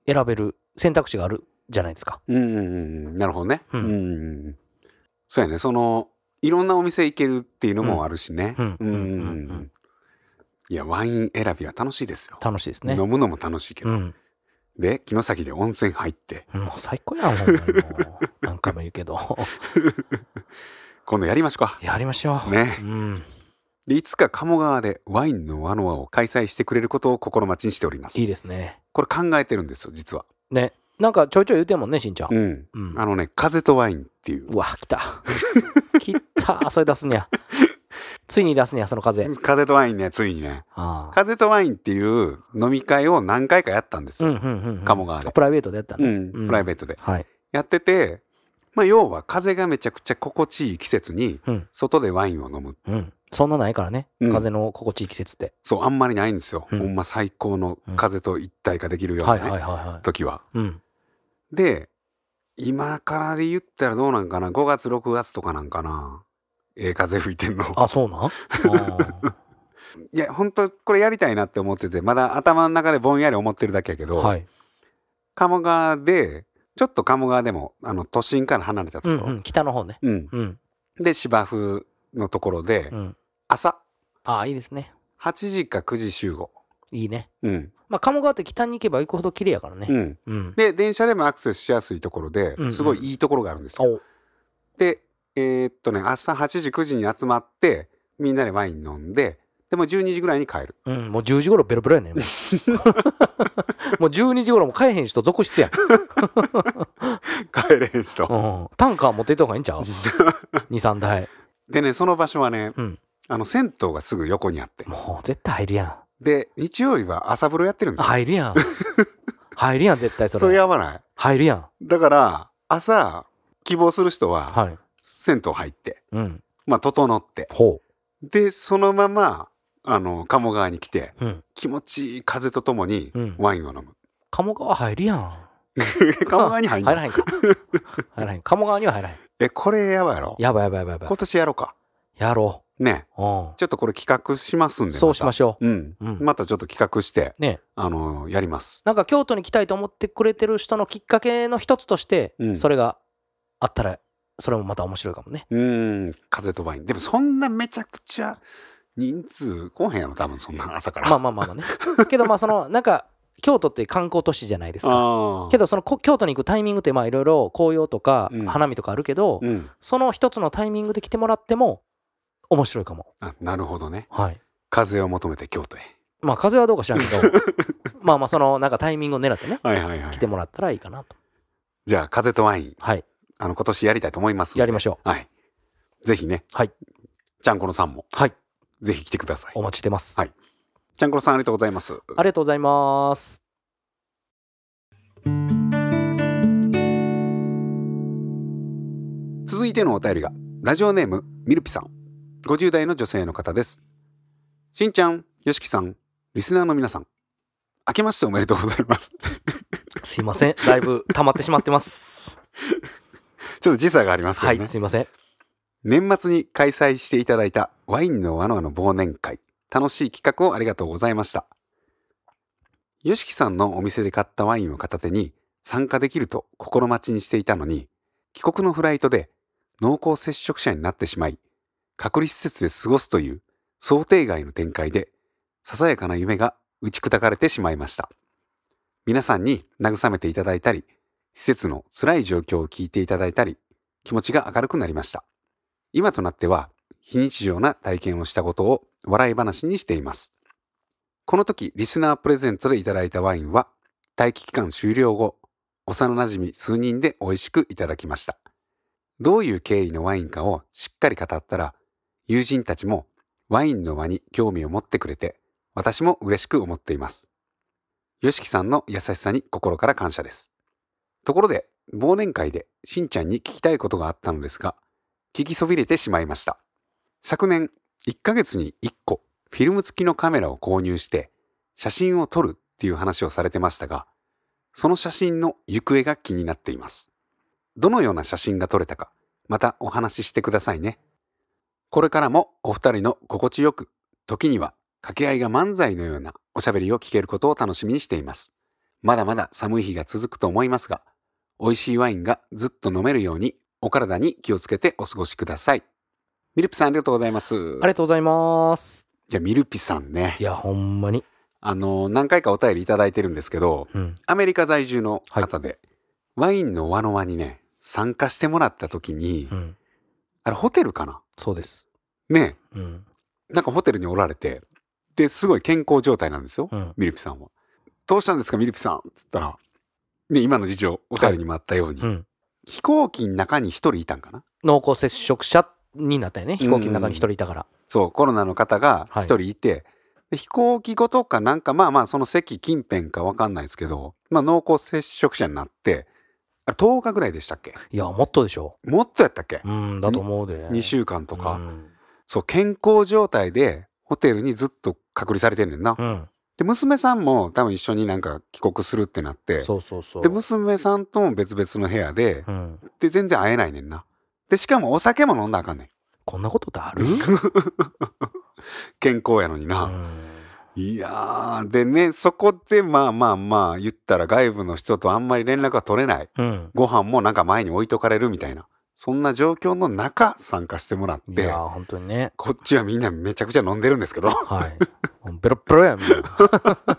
[SPEAKER 3] 選べる選択肢があるじゃないですか
[SPEAKER 2] うんうんうんうん。なるほどね。う
[SPEAKER 3] うんん
[SPEAKER 2] うんうん。そうやね。その、いろんなお店行けるっていうのもあるしね。う
[SPEAKER 3] うんん
[SPEAKER 2] う
[SPEAKER 3] うんん
[SPEAKER 2] う
[SPEAKER 3] うんうんうん
[SPEAKER 2] ん。いや、ワイン選びは楽しいですよ。
[SPEAKER 3] 楽しいですね
[SPEAKER 2] 飲むのも楽しいけ
[SPEAKER 3] う
[SPEAKER 2] ど。
[SPEAKER 3] ん
[SPEAKER 2] で、城崎で温泉入って、
[SPEAKER 3] もう最高やんほんまにもう何回も言うけど
[SPEAKER 2] 今度やりましょうか。
[SPEAKER 3] やりましょう
[SPEAKER 2] ね
[SPEAKER 3] うん
[SPEAKER 2] でいつか鴨川でワインのワノワを開催してくれることを心待ちにしております
[SPEAKER 3] いいですね
[SPEAKER 2] これ考えてるんですよ実は
[SPEAKER 3] ねなんかちょいちょい言うてんもんねしんちゃん
[SPEAKER 2] うん
[SPEAKER 3] うん
[SPEAKER 2] あのね「風とワイン」っていう
[SPEAKER 3] うわ来た来たそれ出すにゃついに出すねや、その風。
[SPEAKER 2] 風とワインね、ついにね。
[SPEAKER 3] ああ。
[SPEAKER 2] 風とワインっていう飲み会を何回かやったんです
[SPEAKER 3] うん
[SPEAKER 2] よ。
[SPEAKER 3] うんうんうん。
[SPEAKER 2] 鴨川で
[SPEAKER 3] あプライベートでやった
[SPEAKER 2] う
[SPEAKER 3] ね。
[SPEAKER 2] ん、プライベートで。
[SPEAKER 3] はい。
[SPEAKER 2] やってて、まあ、要は風がめちゃくちゃ心地いい季節に
[SPEAKER 3] うん、
[SPEAKER 2] 外でワインを飲む。
[SPEAKER 3] うん。そんなないからね。
[SPEAKER 2] うん
[SPEAKER 3] 風の心地いい季節って。
[SPEAKER 2] そう、あんまりないんですよ。
[SPEAKER 3] うん
[SPEAKER 2] ほんま最高の風と一体化できるよう
[SPEAKER 3] は
[SPEAKER 2] ない
[SPEAKER 3] はい
[SPEAKER 2] ね、
[SPEAKER 3] はいは
[SPEAKER 2] 時は。
[SPEAKER 3] い。うん。
[SPEAKER 2] で、今からで言ったらどうなんかな ?5 月、6月とかなんかなええ風吹いてんの。
[SPEAKER 3] あ、そうなんあー
[SPEAKER 2] いや、本当これやりたいなって思ってて、まだ頭の中でぼんやり思ってるだけやけど、
[SPEAKER 3] はい。
[SPEAKER 2] 鴨川で、ちょっと鴨川でも、あの、都心から離れたと
[SPEAKER 3] うん
[SPEAKER 2] ころ。
[SPEAKER 3] うん。北の方ね。
[SPEAKER 2] うん
[SPEAKER 3] うん。
[SPEAKER 2] で、芝生のところで、
[SPEAKER 3] うん。
[SPEAKER 2] 朝、
[SPEAKER 3] ああ、いいですね。
[SPEAKER 2] 8時か9時集合。
[SPEAKER 3] いいね。
[SPEAKER 2] うん。
[SPEAKER 3] まあ、鴨川って北に行けば行くほど綺麗やから
[SPEAKER 2] う
[SPEAKER 3] ね。
[SPEAKER 2] ん。
[SPEAKER 3] うん。
[SPEAKER 2] で、電車でもアクセスしやすいところで
[SPEAKER 3] うんう、ん
[SPEAKER 2] すごいいいところがあるんですよ。
[SPEAKER 3] お
[SPEAKER 2] で、えーっとね、朝8時、9時に集まって、みんなでワイン飲んで、でも12時ぐらいに帰 る。
[SPEAKER 3] うん、もう10時頃ベロベロやねん。もう もう12時頃も帰へん人続出やん。
[SPEAKER 2] 帰れへん人。
[SPEAKER 3] うん、タンカー持っていった方がいいんちゃう ?2、3台。
[SPEAKER 2] でね、その場所はね、
[SPEAKER 3] うん
[SPEAKER 2] あの、銭湯がすぐ横にあって。
[SPEAKER 3] もう絶対入るやん。
[SPEAKER 2] で、日曜日は朝風呂やってるんですよ。
[SPEAKER 3] 入るやん。入るやん、絶対それ。
[SPEAKER 2] それやばない。
[SPEAKER 3] 入るやん。
[SPEAKER 2] だから、朝、希望する人は、
[SPEAKER 3] はい。
[SPEAKER 2] 銭湯入って、
[SPEAKER 3] うん。
[SPEAKER 2] まあ、整って、
[SPEAKER 3] ほ
[SPEAKER 2] で、そのまま、あの、鴨川に来て、
[SPEAKER 3] う。うん。
[SPEAKER 2] 気持ちいい風とともに
[SPEAKER 3] うん、
[SPEAKER 2] ワインを飲む。
[SPEAKER 3] 鴨川入るやん。
[SPEAKER 2] 鴨川に入 ん
[SPEAKER 3] 入
[SPEAKER 2] の
[SPEAKER 3] らへんか。入らへん。鴨川には入らへん。
[SPEAKER 2] え、これやばいやろ
[SPEAKER 3] やばいやばいやばいやばい
[SPEAKER 2] 今。年やろうか。
[SPEAKER 3] やろ
[SPEAKER 2] ね。
[SPEAKER 3] う。うん。
[SPEAKER 2] ちょっとこれ企画しますんで。
[SPEAKER 3] そうしましょ
[SPEAKER 2] ょう。うん。
[SPEAKER 3] う。うん。
[SPEAKER 2] またちょっと企画して、
[SPEAKER 3] ね
[SPEAKER 2] あのやります。
[SPEAKER 3] なんか京都に来たいと思ってくれてる人のきっかけの一つとして、
[SPEAKER 2] うん
[SPEAKER 3] それがあったら、それもまた面白いかもね。
[SPEAKER 2] うーん、風とワイン。でもそんなめちゃくちゃ人数来んへんやろ、多分そんな朝から。
[SPEAKER 3] まあまあまあまあね。 けどまあそのなんか京都って観光都市じゃないですか。
[SPEAKER 2] あ
[SPEAKER 3] け
[SPEAKER 2] ど、
[SPEAKER 3] どそのこ京都に行くタイミングってまあいろいろ紅葉とか
[SPEAKER 2] うん
[SPEAKER 3] 花見とかあるけど、
[SPEAKER 2] うん。
[SPEAKER 3] その一つのタイミングで来てもらっても面白いかも。
[SPEAKER 2] あなるほどね。
[SPEAKER 3] はい。
[SPEAKER 2] 風を求めて京都へ。
[SPEAKER 3] まあ風はどうか知らんけ ど、まあまあそのなんかタイミングを狙ってね、
[SPEAKER 2] はいはいはい
[SPEAKER 3] 来。てもらったらいいかなと。
[SPEAKER 2] じゃあ、風とワイン、
[SPEAKER 3] はい。
[SPEAKER 2] あの、今年やりたいと思います。
[SPEAKER 3] やりましょ
[SPEAKER 2] う。はい。ぜひね。
[SPEAKER 3] はい。
[SPEAKER 2] ちゃんこのさんも、
[SPEAKER 3] う。はい。
[SPEAKER 2] ぜひ来てください
[SPEAKER 3] お。待ちしてます。
[SPEAKER 2] はいちゃんこのさんありがとうございます。
[SPEAKER 3] ありがとうございます。
[SPEAKER 2] 続いてのお便りがラジオネームミルピさん50代の女性の方ですしんちゃんよしきさんリスナーの皆さん明けましておめでとうございます
[SPEAKER 3] すいません。だいぶ溜まってしまって ます。
[SPEAKER 2] ちょっと時差がありますけ
[SPEAKER 3] は
[SPEAKER 2] どね、
[SPEAKER 3] い。すいません。
[SPEAKER 2] 年末に開催していただいたワインの輪の輪の忘年会楽しい企画をありがとうございましたよしきさんのお店で買ったワインを片手に参加できると心待ちにしていたのに帰国のフライトで濃厚接触者になってしまい隔離施設で過ごすという想定外の展開でささやかな夢が打ち砕かれてしまいました皆さんに慰めていただいたり施設の辛い状況を聞いていただいたり気持ちが明るくなりました今となっては非日常な体験をしたことを笑い話にしていますこの時リスナープレゼントでいただいたワインは待機期間終了後幼なじみ数人で美味しくいただきましたどういう経緯のワインかをしっかり語ったら友人たちもワインの輪に興味を持ってくれて私も嬉しく思っていますよしきさんの優しさに心から感謝ですところで忘年会でしんちゃんに聞きたいことがあったのですが聞きそびれてしまいました昨年1ヶ月に1個フィルム付きのカメラを購入して写真を撮るっていう話をされてましたがその写真の行方が気になっていますどのような写真が撮れたかまたお話ししてくださいねこれからもお二人の心地よく時には掛け合いが漫才のようなおしゃべりを聞けることを楽しみにしていますまだまだ寒い日が続くと思いますが美味しいワインがずっと飲めるようにお体に気をつけてお過ごしください。ミルピさんありがとうございます。
[SPEAKER 3] ありがとうございます。
[SPEAKER 2] いや、ミルピさんね
[SPEAKER 3] い。や、ほんまに。
[SPEAKER 2] あの、何回かお便りいただいてるんですけど、
[SPEAKER 3] うん。
[SPEAKER 2] アメリカ在住の方で、ワインの輪の輪にね、参加してもらった時に、
[SPEAKER 3] うん。
[SPEAKER 2] あれホテルかな
[SPEAKER 3] そうです。
[SPEAKER 2] ね、
[SPEAKER 3] うん。
[SPEAKER 2] なんかホテルにおられて、で、すごい健康状態なんですよ、
[SPEAKER 3] うん。
[SPEAKER 2] ミルピさんは。どうしたんですか、ミルピさんって言ったら、ね、今の事情、お便りにもあったように、
[SPEAKER 3] うん。
[SPEAKER 2] 飛行機の中に一人いたんかな
[SPEAKER 3] 濃厚接触者っになったよね飛行機の中に一人いたから、
[SPEAKER 2] そう、コロナの方が
[SPEAKER 3] はい
[SPEAKER 2] 一人いて、で飛行機ごとかなんか、まあまあ、その席近辺かわかんないですけど、まあ濃厚接触者になって、あれ10日ぐらいでしたっけ
[SPEAKER 3] いやもっとでしょ
[SPEAKER 2] もっとやったっけ、
[SPEAKER 3] うんだと思うで
[SPEAKER 2] ?2 週間とか、
[SPEAKER 3] うん
[SPEAKER 2] そう、健康状態でホテルにずっと隔離されてんねんな。
[SPEAKER 3] うん、
[SPEAKER 2] で、娘さんも多分一緒になんか帰国するってなって、
[SPEAKER 3] そうそうそう
[SPEAKER 2] で、娘さんとも別々の部屋で、
[SPEAKER 3] うん、
[SPEAKER 2] で、全然会えないねんな。で、しかもお酒も飲んだらあかんねん。
[SPEAKER 3] こんなことってある、
[SPEAKER 2] 健康やのにな。
[SPEAKER 3] うん
[SPEAKER 2] いやー、でね、そこでまあまあまあ、言ったら外部の人とあんまり連絡が取れない。
[SPEAKER 3] うん、
[SPEAKER 2] ご飯もなんか前に置いとかれるみたいな。そんな状況の中、参加してもらっ
[SPEAKER 3] い
[SPEAKER 2] て
[SPEAKER 3] や、ー本当にね
[SPEAKER 2] こっちはみんなめちゃくちゃ飲んでるんですけど。
[SPEAKER 3] はいもうベロッベロやみんな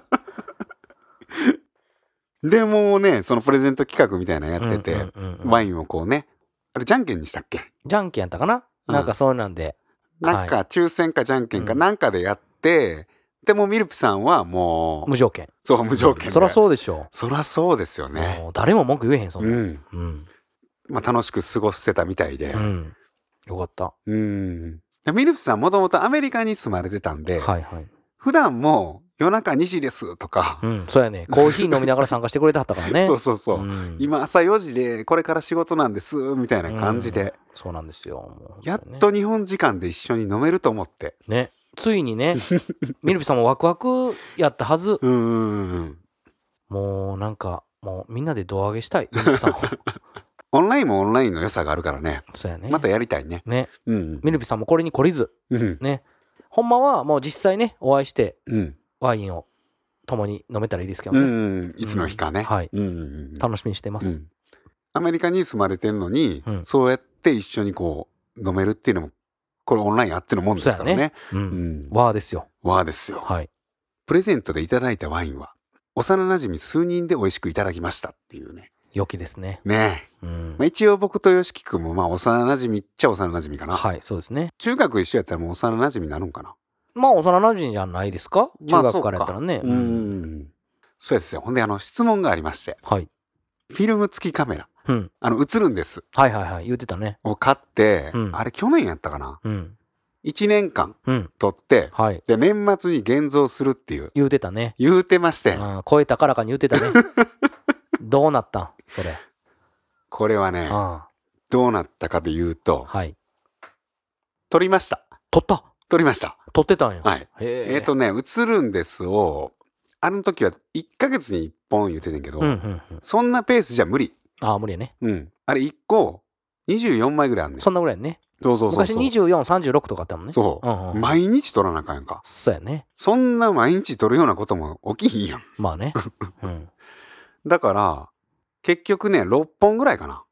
[SPEAKER 2] で、もうね、そのプレゼント企画みたいなのやってて、
[SPEAKER 3] うんうんうんうん
[SPEAKER 2] ワインをこうね、あれ、じゃんけんにしたっけ
[SPEAKER 3] じゃんけんやったかな、
[SPEAKER 2] うん
[SPEAKER 3] なんかそうなんで
[SPEAKER 2] なんか、抽選かじゃんけんか
[SPEAKER 3] うん
[SPEAKER 2] なんかでやって、でもミルプさんはもう、
[SPEAKER 3] 無条件
[SPEAKER 2] そう、無条件で。
[SPEAKER 3] そら
[SPEAKER 2] う。
[SPEAKER 3] そうでしょ
[SPEAKER 2] そらそうですよ
[SPEAKER 3] う、
[SPEAKER 2] ね。
[SPEAKER 3] もう誰も文句言えへんそん
[SPEAKER 2] う
[SPEAKER 3] な、
[SPEAKER 2] ん。
[SPEAKER 3] うん
[SPEAKER 2] まあ、楽しく過ごせたみたいで。
[SPEAKER 3] うん、よかった
[SPEAKER 2] うん。ミルフさんもともとアメリカに住まれてたんで、
[SPEAKER 3] はいはい
[SPEAKER 2] 普段も夜中2時ですとか
[SPEAKER 3] う、んそうやねコーヒー飲みながら参加してくれてはったからね
[SPEAKER 2] そうそうそう、
[SPEAKER 3] ん
[SPEAKER 2] 今朝4時でこれから仕事なんですみたいな感じで、
[SPEAKER 3] そうなんですよもう
[SPEAKER 2] や
[SPEAKER 3] ね
[SPEAKER 2] っと日本時間で一緒に飲めると思って。
[SPEAKER 3] ねついに ねミルピさんもワクワクやったはず
[SPEAKER 2] うんうんうん。
[SPEAKER 3] もうなんかもうみんなで胴上げしたいミルピさ んを
[SPEAKER 2] オンラインもオンラインの良さがあるからね。
[SPEAKER 3] そうやね
[SPEAKER 2] またやりたいね。
[SPEAKER 3] ね
[SPEAKER 2] うん
[SPEAKER 3] ミルピさんもこれに懲りず
[SPEAKER 2] うん。うん。
[SPEAKER 3] ねほんまはもう実際ねお会いして
[SPEAKER 2] うん。
[SPEAKER 3] ワインを共に飲めたらいいですけど
[SPEAKER 2] う
[SPEAKER 3] ね、
[SPEAKER 2] んうん。いつの日かね。
[SPEAKER 3] はい
[SPEAKER 2] うんうんうん。
[SPEAKER 3] 楽しみにしてま
[SPEAKER 2] う
[SPEAKER 3] す、
[SPEAKER 2] んアメリカに住まれてんのに、
[SPEAKER 3] うん
[SPEAKER 2] そうやって一緒にこう飲めるっていうのもこれオンラインあってのもんですからね。
[SPEAKER 3] うん
[SPEAKER 2] うん、
[SPEAKER 3] わあですよ
[SPEAKER 2] わあですよ。
[SPEAKER 3] はい
[SPEAKER 2] プレゼントでいただいたワインは幼なじみ数人で美味しくいただきましたっていうね。
[SPEAKER 3] 良きですね
[SPEAKER 2] ねえ。
[SPEAKER 3] うん
[SPEAKER 2] まあ、一応僕とよしきくんもまあ幼なじみっちゃ幼なじみかな。
[SPEAKER 3] はいそうですね
[SPEAKER 2] 中学一緒やったらもう幼なじみになるんかな。
[SPEAKER 3] まあ幼馴染じゃないですか
[SPEAKER 2] まあ
[SPEAKER 3] 中学からやったらね、
[SPEAKER 2] うんうん。そうですよ。ほんであの質問がありまして。
[SPEAKER 3] はい、
[SPEAKER 2] フィルム付きカメラ。
[SPEAKER 3] うん、
[SPEAKER 2] あの映るんです。
[SPEAKER 3] はいはいはい言ってたね
[SPEAKER 2] を買って、
[SPEAKER 3] うん
[SPEAKER 2] あれ去年やったかな。
[SPEAKER 3] うん
[SPEAKER 2] 1年間
[SPEAKER 3] うん
[SPEAKER 2] 撮って、
[SPEAKER 3] はい
[SPEAKER 2] で年末に現像するっていう
[SPEAKER 3] 言うてたね
[SPEAKER 2] 言うてまして
[SPEAKER 3] ああ超えたからかに言うてた ねどうなったんそれ
[SPEAKER 2] これはね
[SPEAKER 3] あ
[SPEAKER 2] どうなったかで言う
[SPEAKER 3] あ
[SPEAKER 2] と
[SPEAKER 3] はい
[SPEAKER 2] 撮りました
[SPEAKER 3] 取った
[SPEAKER 2] 撮りました
[SPEAKER 3] 取ってたんや、
[SPEAKER 2] はい
[SPEAKER 3] へ
[SPEAKER 2] えっ、とね「映るんです」をあの時は1ヶ月に1本言ってたんやけど、
[SPEAKER 3] うんうんうん
[SPEAKER 2] そんなペースじゃ無理
[SPEAKER 3] ああ無理やね
[SPEAKER 2] うんあれ1個24枚ぐらいあんねん
[SPEAKER 3] そんなぐらいやね
[SPEAKER 2] そうそうそう
[SPEAKER 3] 昔
[SPEAKER 2] そう
[SPEAKER 3] 2436とかあったもんね
[SPEAKER 2] そう、
[SPEAKER 3] んうん
[SPEAKER 2] 毎日撮らなあかんやんか
[SPEAKER 3] そうやね
[SPEAKER 2] そんな毎日撮るようなことも起きひんやん
[SPEAKER 3] まあ ね、うん、
[SPEAKER 2] だから結局ね6本ぐらいかな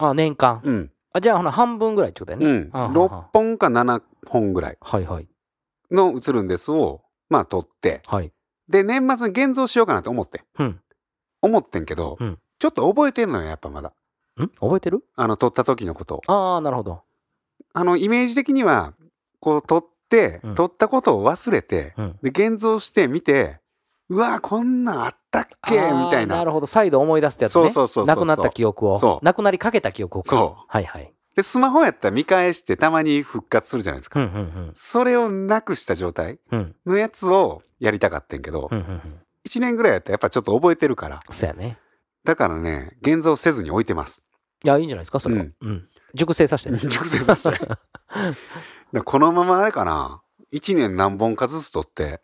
[SPEAKER 3] ああ年間
[SPEAKER 2] うん
[SPEAKER 3] あじゃあほな半分ぐらいってことやね、
[SPEAKER 2] うん
[SPEAKER 3] ああ
[SPEAKER 2] 6本か7本ぐらい
[SPEAKER 3] はいはい
[SPEAKER 2] の映るんですを、まあ撮って、
[SPEAKER 3] はい
[SPEAKER 2] で、年末に現像しようかなと思って。
[SPEAKER 3] うん
[SPEAKER 2] 思ってんけど、
[SPEAKER 3] うん
[SPEAKER 2] ちょっと覚えてんのよ、やっぱまだ。
[SPEAKER 3] ん覚えてる
[SPEAKER 2] あの、撮った時のことを。
[SPEAKER 3] ああなるほど
[SPEAKER 2] あの、イメージ的には、こう撮って、
[SPEAKER 3] うん
[SPEAKER 2] 撮ったことを忘れて、
[SPEAKER 3] うん
[SPEAKER 2] で、現像して見て、うわこんなんあったっけみ
[SPEAKER 3] ああ
[SPEAKER 2] たいな
[SPEAKER 3] なるほど再度思い出すってやつね
[SPEAKER 2] そうそうそうそう
[SPEAKER 3] なくなった記憶を
[SPEAKER 2] そう
[SPEAKER 3] なくなりかけた記憶をか
[SPEAKER 2] そう
[SPEAKER 3] はいはい
[SPEAKER 2] で、スマホやったら見返してたまに復活するじゃないですか。
[SPEAKER 3] うんうんうん
[SPEAKER 2] それをなくした状態
[SPEAKER 3] うん
[SPEAKER 2] のやつをやりたかってんけど、
[SPEAKER 3] うんうんうん
[SPEAKER 2] 1年ぐらいやったらやっぱちょっと覚えてるから。
[SPEAKER 3] そうやね
[SPEAKER 2] だからね、現像せずに置いてます。
[SPEAKER 3] いやいいんじゃないですかそれは、
[SPEAKER 2] う
[SPEAKER 3] うんん熟成させて、
[SPEAKER 2] 熟成させてだから このままあれかな1年何本かずつ取って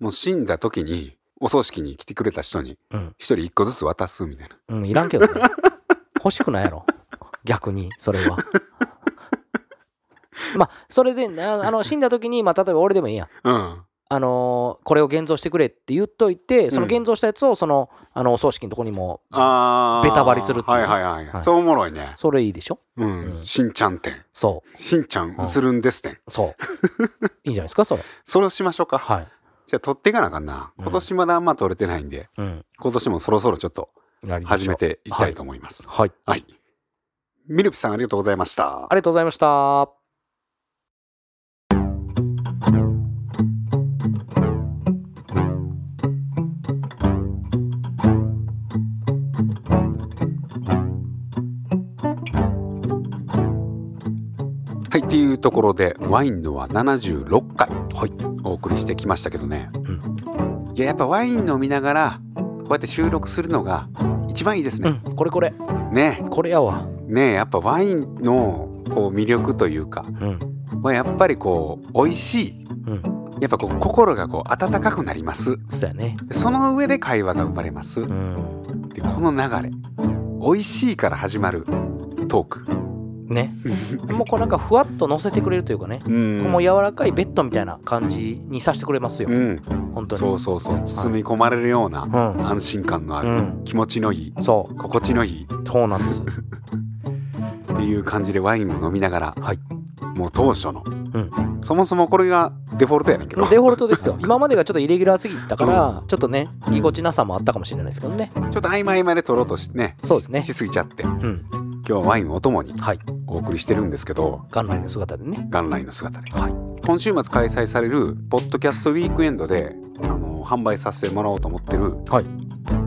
[SPEAKER 2] もう死んだ時にお葬式に来てくれた人に
[SPEAKER 3] うん
[SPEAKER 2] 一人一個ずつ渡すみたいな
[SPEAKER 3] うん、いらんけどね 欲しくないやろ逆にそれは まあそれでなあの死んだ時に、まあ、例えば俺でもいいやん
[SPEAKER 2] うん
[SPEAKER 3] あのーこれを現像してくれって言っといてその
[SPEAKER 2] うん
[SPEAKER 3] 現像したやつをそのあのお葬式のとこにも
[SPEAKER 2] あー
[SPEAKER 3] ベタバリするっていう
[SPEAKER 2] はい
[SPEAKER 3] ね
[SPEAKER 2] はいはい、
[SPEAKER 3] はい
[SPEAKER 2] そうおもろいね
[SPEAKER 3] それいいでしょ
[SPEAKER 2] うん、
[SPEAKER 3] うん
[SPEAKER 2] しんちゃん店
[SPEAKER 3] そ
[SPEAKER 2] しんちゃん映るんです店
[SPEAKER 3] う そういいんじゃないですかそれ
[SPEAKER 2] それをしましょうか、
[SPEAKER 3] はい、
[SPEAKER 2] じゃあ取っていかなあかんな
[SPEAKER 3] うん
[SPEAKER 2] 今年まだあんま取れてないんで、
[SPEAKER 3] うん、
[SPEAKER 2] 今年もそろそろちょっと
[SPEAKER 3] やりましょう
[SPEAKER 2] 始めていきたいと思います
[SPEAKER 3] はい
[SPEAKER 2] はい、ミルピさんありがとうございました
[SPEAKER 3] ありがとうございました
[SPEAKER 2] ははい、っていうところで、ワインのは76回、
[SPEAKER 3] はい
[SPEAKER 2] お送りしてきましたけどね。
[SPEAKER 3] ん
[SPEAKER 2] いや、やっぱワイン飲みながら、こうやって収録するのが一番いいです
[SPEAKER 3] う
[SPEAKER 2] ね。
[SPEAKER 3] んこれこれ
[SPEAKER 2] ね
[SPEAKER 3] これやわ
[SPEAKER 2] え、ねえ、やっぱワインのこう魅力というか、
[SPEAKER 3] うん
[SPEAKER 2] まあ、やっぱりこう、美味しい。
[SPEAKER 3] うん
[SPEAKER 2] やっぱこう、心がこう、温かくなります。
[SPEAKER 3] そうやね
[SPEAKER 2] その上で会話が生まれます。
[SPEAKER 3] うん
[SPEAKER 2] で、この流れ、美味しいから始まるトーク。
[SPEAKER 3] ねもうこうなんかふわっと乗せてくれるというかね
[SPEAKER 2] うん
[SPEAKER 3] もう柔らかいベッドみたいな感じにさせてくれますよ
[SPEAKER 2] うん、
[SPEAKER 3] 本当に
[SPEAKER 2] そうそうそう、包み込まれるような
[SPEAKER 3] うん
[SPEAKER 2] 安心感のあ
[SPEAKER 3] う
[SPEAKER 2] る、
[SPEAKER 3] ん
[SPEAKER 2] 気持ちのいい、
[SPEAKER 3] そ
[SPEAKER 2] 心地のいいう
[SPEAKER 3] そうなんです
[SPEAKER 2] っていう感じでワインを飲みながら、
[SPEAKER 3] はい
[SPEAKER 2] もう当初の、
[SPEAKER 3] ん
[SPEAKER 2] そもそもこれがデフォルトやねんけど
[SPEAKER 3] デ
[SPEAKER 2] ちょ
[SPEAKER 3] フォルトです よ今までがちょっとイレギュラーすぎたからちょっとねぎこちなさもあったかもしれないですけどね
[SPEAKER 2] っと曖昧まで取ろうとしてね
[SPEAKER 3] そうですね
[SPEAKER 2] しすぎちゃって今
[SPEAKER 3] うん
[SPEAKER 2] 日はワインをお供に
[SPEAKER 3] はい
[SPEAKER 2] お送りしてるんですけど
[SPEAKER 3] 元来の姿でね
[SPEAKER 2] 元来の姿で、
[SPEAKER 3] はい
[SPEAKER 2] 今週末開催されるポッドキャストウィークエンドであの販売させてもらおうと思ってる
[SPEAKER 3] はい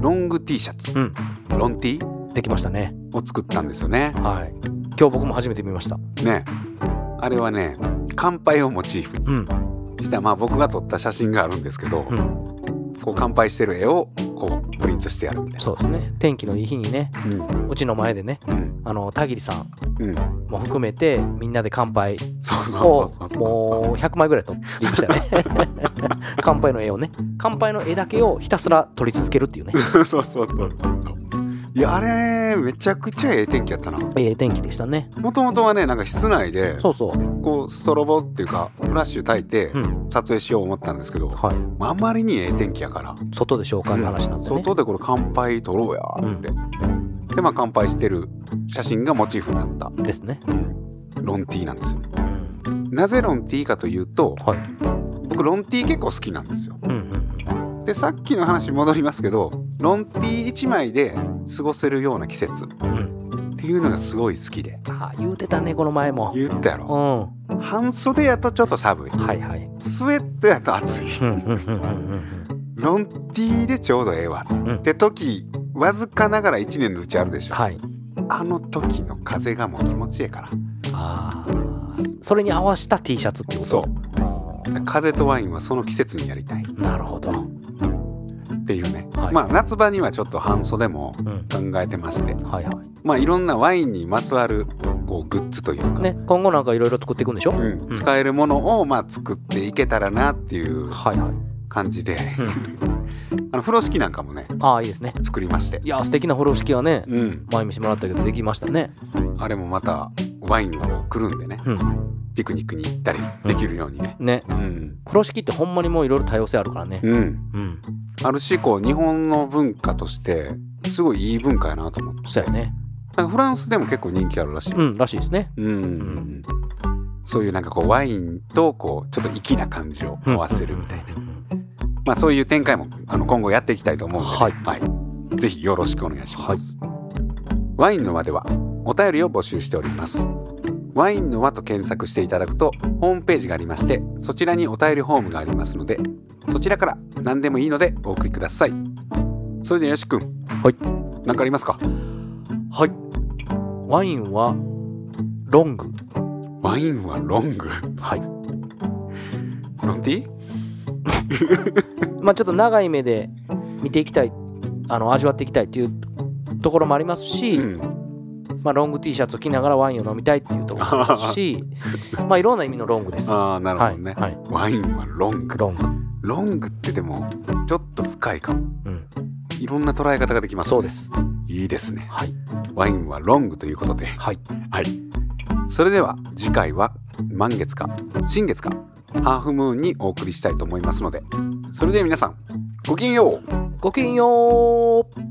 [SPEAKER 2] ロング T シャツ
[SPEAKER 3] うん
[SPEAKER 2] ロン T
[SPEAKER 3] できましたね
[SPEAKER 2] を作ったんですよね
[SPEAKER 3] はい今日僕も初めて見ました
[SPEAKER 2] ねあれはね乾杯をモチーフに
[SPEAKER 3] うん
[SPEAKER 2] したまあ僕が撮った写真があるんですけど、
[SPEAKER 3] うん
[SPEAKER 2] こう乾杯してる絵をこうプリントしてやるみたい
[SPEAKER 3] そうですね天気のいい日にね
[SPEAKER 2] な。
[SPEAKER 3] うちの前でね
[SPEAKER 2] うん
[SPEAKER 3] あの田切さん
[SPEAKER 2] うんうん。
[SPEAKER 3] も含めてみんなで乾杯
[SPEAKER 2] そうそう
[SPEAKER 3] を
[SPEAKER 2] そうそう。
[SPEAKER 3] もう100枚ぐらい撮りましたね乾杯の絵をね乾杯の絵だけをひたすら撮り続けるっていうね
[SPEAKER 2] そうそうそうそうそう。いやあれめちゃくちゃええ天気やったな。
[SPEAKER 3] ええ天気でしたね
[SPEAKER 2] もともとはねなんか室内で
[SPEAKER 3] そうそう
[SPEAKER 2] こうストロボっていうかフラッシュ焚いて
[SPEAKER 3] うん
[SPEAKER 2] 撮影しよう思ったんですけど、
[SPEAKER 3] はい
[SPEAKER 2] あんまりにええ天気やから、
[SPEAKER 3] 外で紹介の話なんでね
[SPEAKER 2] 外でこれ乾杯撮ろうやって。でまあ乾杯してる写真がモチーフになった、
[SPEAKER 3] ですね
[SPEAKER 2] うん、ロン T なんですよ。
[SPEAKER 3] うん
[SPEAKER 2] なぜロン T かというと
[SPEAKER 3] はい
[SPEAKER 2] 僕ロン T 結構好きなんですよ。
[SPEAKER 3] うんうん
[SPEAKER 2] でさっきの話に戻りますけどロン T1 枚で過ごせるような季節っ
[SPEAKER 3] うんうん
[SPEAKER 2] ていうのがすごい好きで
[SPEAKER 3] あ言うてたねこの前も
[SPEAKER 2] 言ったや
[SPEAKER 3] う
[SPEAKER 2] ろ
[SPEAKER 3] ん
[SPEAKER 2] 半袖やとちょっと寒い
[SPEAKER 3] はいはい
[SPEAKER 2] スウェットやと暑い
[SPEAKER 3] うんうんうんうん
[SPEAKER 2] ロン T でちょうどええわ
[SPEAKER 3] うんうん
[SPEAKER 2] って時わずかながら1年のうちあるでしょ
[SPEAKER 3] はい
[SPEAKER 2] あの時の風がもう気持ちええから
[SPEAKER 3] あーそれに合わせた T シャツってこと
[SPEAKER 2] そう
[SPEAKER 3] う
[SPEAKER 2] 風とワインはその季節にやりたい
[SPEAKER 3] なるほど、
[SPEAKER 2] っていうね、
[SPEAKER 3] はい
[SPEAKER 2] まあ夏場にはちょっと半袖も
[SPEAKER 3] うん、
[SPEAKER 2] 考えてまして
[SPEAKER 3] はいはい
[SPEAKER 2] まあいろんなワインにまつわるこうグッズというか
[SPEAKER 3] ね今後なんかいろいろ作っていくんでしょ、
[SPEAKER 2] うん、使えるものをまあ作っていけたらなっていう
[SPEAKER 3] はいはい
[SPEAKER 2] 感じで、 あの風呂敷なんかもね
[SPEAKER 3] ああいいですね
[SPEAKER 2] 作りまして
[SPEAKER 3] い、やー素敵な風呂敷はね
[SPEAKER 2] うん、
[SPEAKER 3] 前見してもらったけどできましたね
[SPEAKER 2] あれもまたワインをくるんでね
[SPEAKER 3] うん
[SPEAKER 2] ピクニックに行ったりできるようにね、
[SPEAKER 3] ね
[SPEAKER 2] うん
[SPEAKER 3] 風呂敷ってほんまにもういろいろ多様性あるからね
[SPEAKER 2] うん、
[SPEAKER 3] うん
[SPEAKER 2] あるしこう日本の文化としてすごいいい文化やなと思って
[SPEAKER 3] そうやね
[SPEAKER 2] なんかフランスでも結構人気あるらしい、
[SPEAKER 3] うんらしいですね
[SPEAKER 2] うんうんそういうなんかこうワインとこうちょっと粋な感じを合わせるみたいな、
[SPEAKER 3] うん
[SPEAKER 2] まあ、そういう展開もあの今後やっていきたいと思うので、
[SPEAKER 3] はい
[SPEAKER 2] ぜひよろしくお願いします、ワインの輪ではお便りを募集しておりますワインの輪と検索していただくとホームページがありましてそちらにお便りフォームがありますのでそちらから何でもいいのでお送りくださいそれではよしくん
[SPEAKER 3] はい
[SPEAKER 2] 何かありますか
[SPEAKER 3] はいワインはロング
[SPEAKER 2] ワインはロング
[SPEAKER 3] はい
[SPEAKER 2] ロンティ
[SPEAKER 3] まあちょっと長い目で見ていきたいあの味わっていきたいっていうところもありますし、
[SPEAKER 2] うん
[SPEAKER 3] まあ、ロング T シャツを着ながらワインを飲みたいっていうところもある しまあいろんな意味のロングです。
[SPEAKER 2] ああなるほ
[SPEAKER 3] は
[SPEAKER 2] ど
[SPEAKER 3] い、
[SPEAKER 2] ね、
[SPEAKER 3] はい、
[SPEAKER 2] ワインはロング
[SPEAKER 3] ロング、
[SPEAKER 2] ロングってでもちょっと深いかも
[SPEAKER 3] うん、
[SPEAKER 2] いろんな捉え方ができますね
[SPEAKER 3] そうです。
[SPEAKER 2] いいですね。
[SPEAKER 3] はい、
[SPEAKER 2] ワインはロングということで。
[SPEAKER 3] はい、
[SPEAKER 2] はい。それでは次回は満月か新月かハーフムーンにお送りしたいと思いますので。それでは皆さん、ごきげんよう
[SPEAKER 3] ごきげんよう。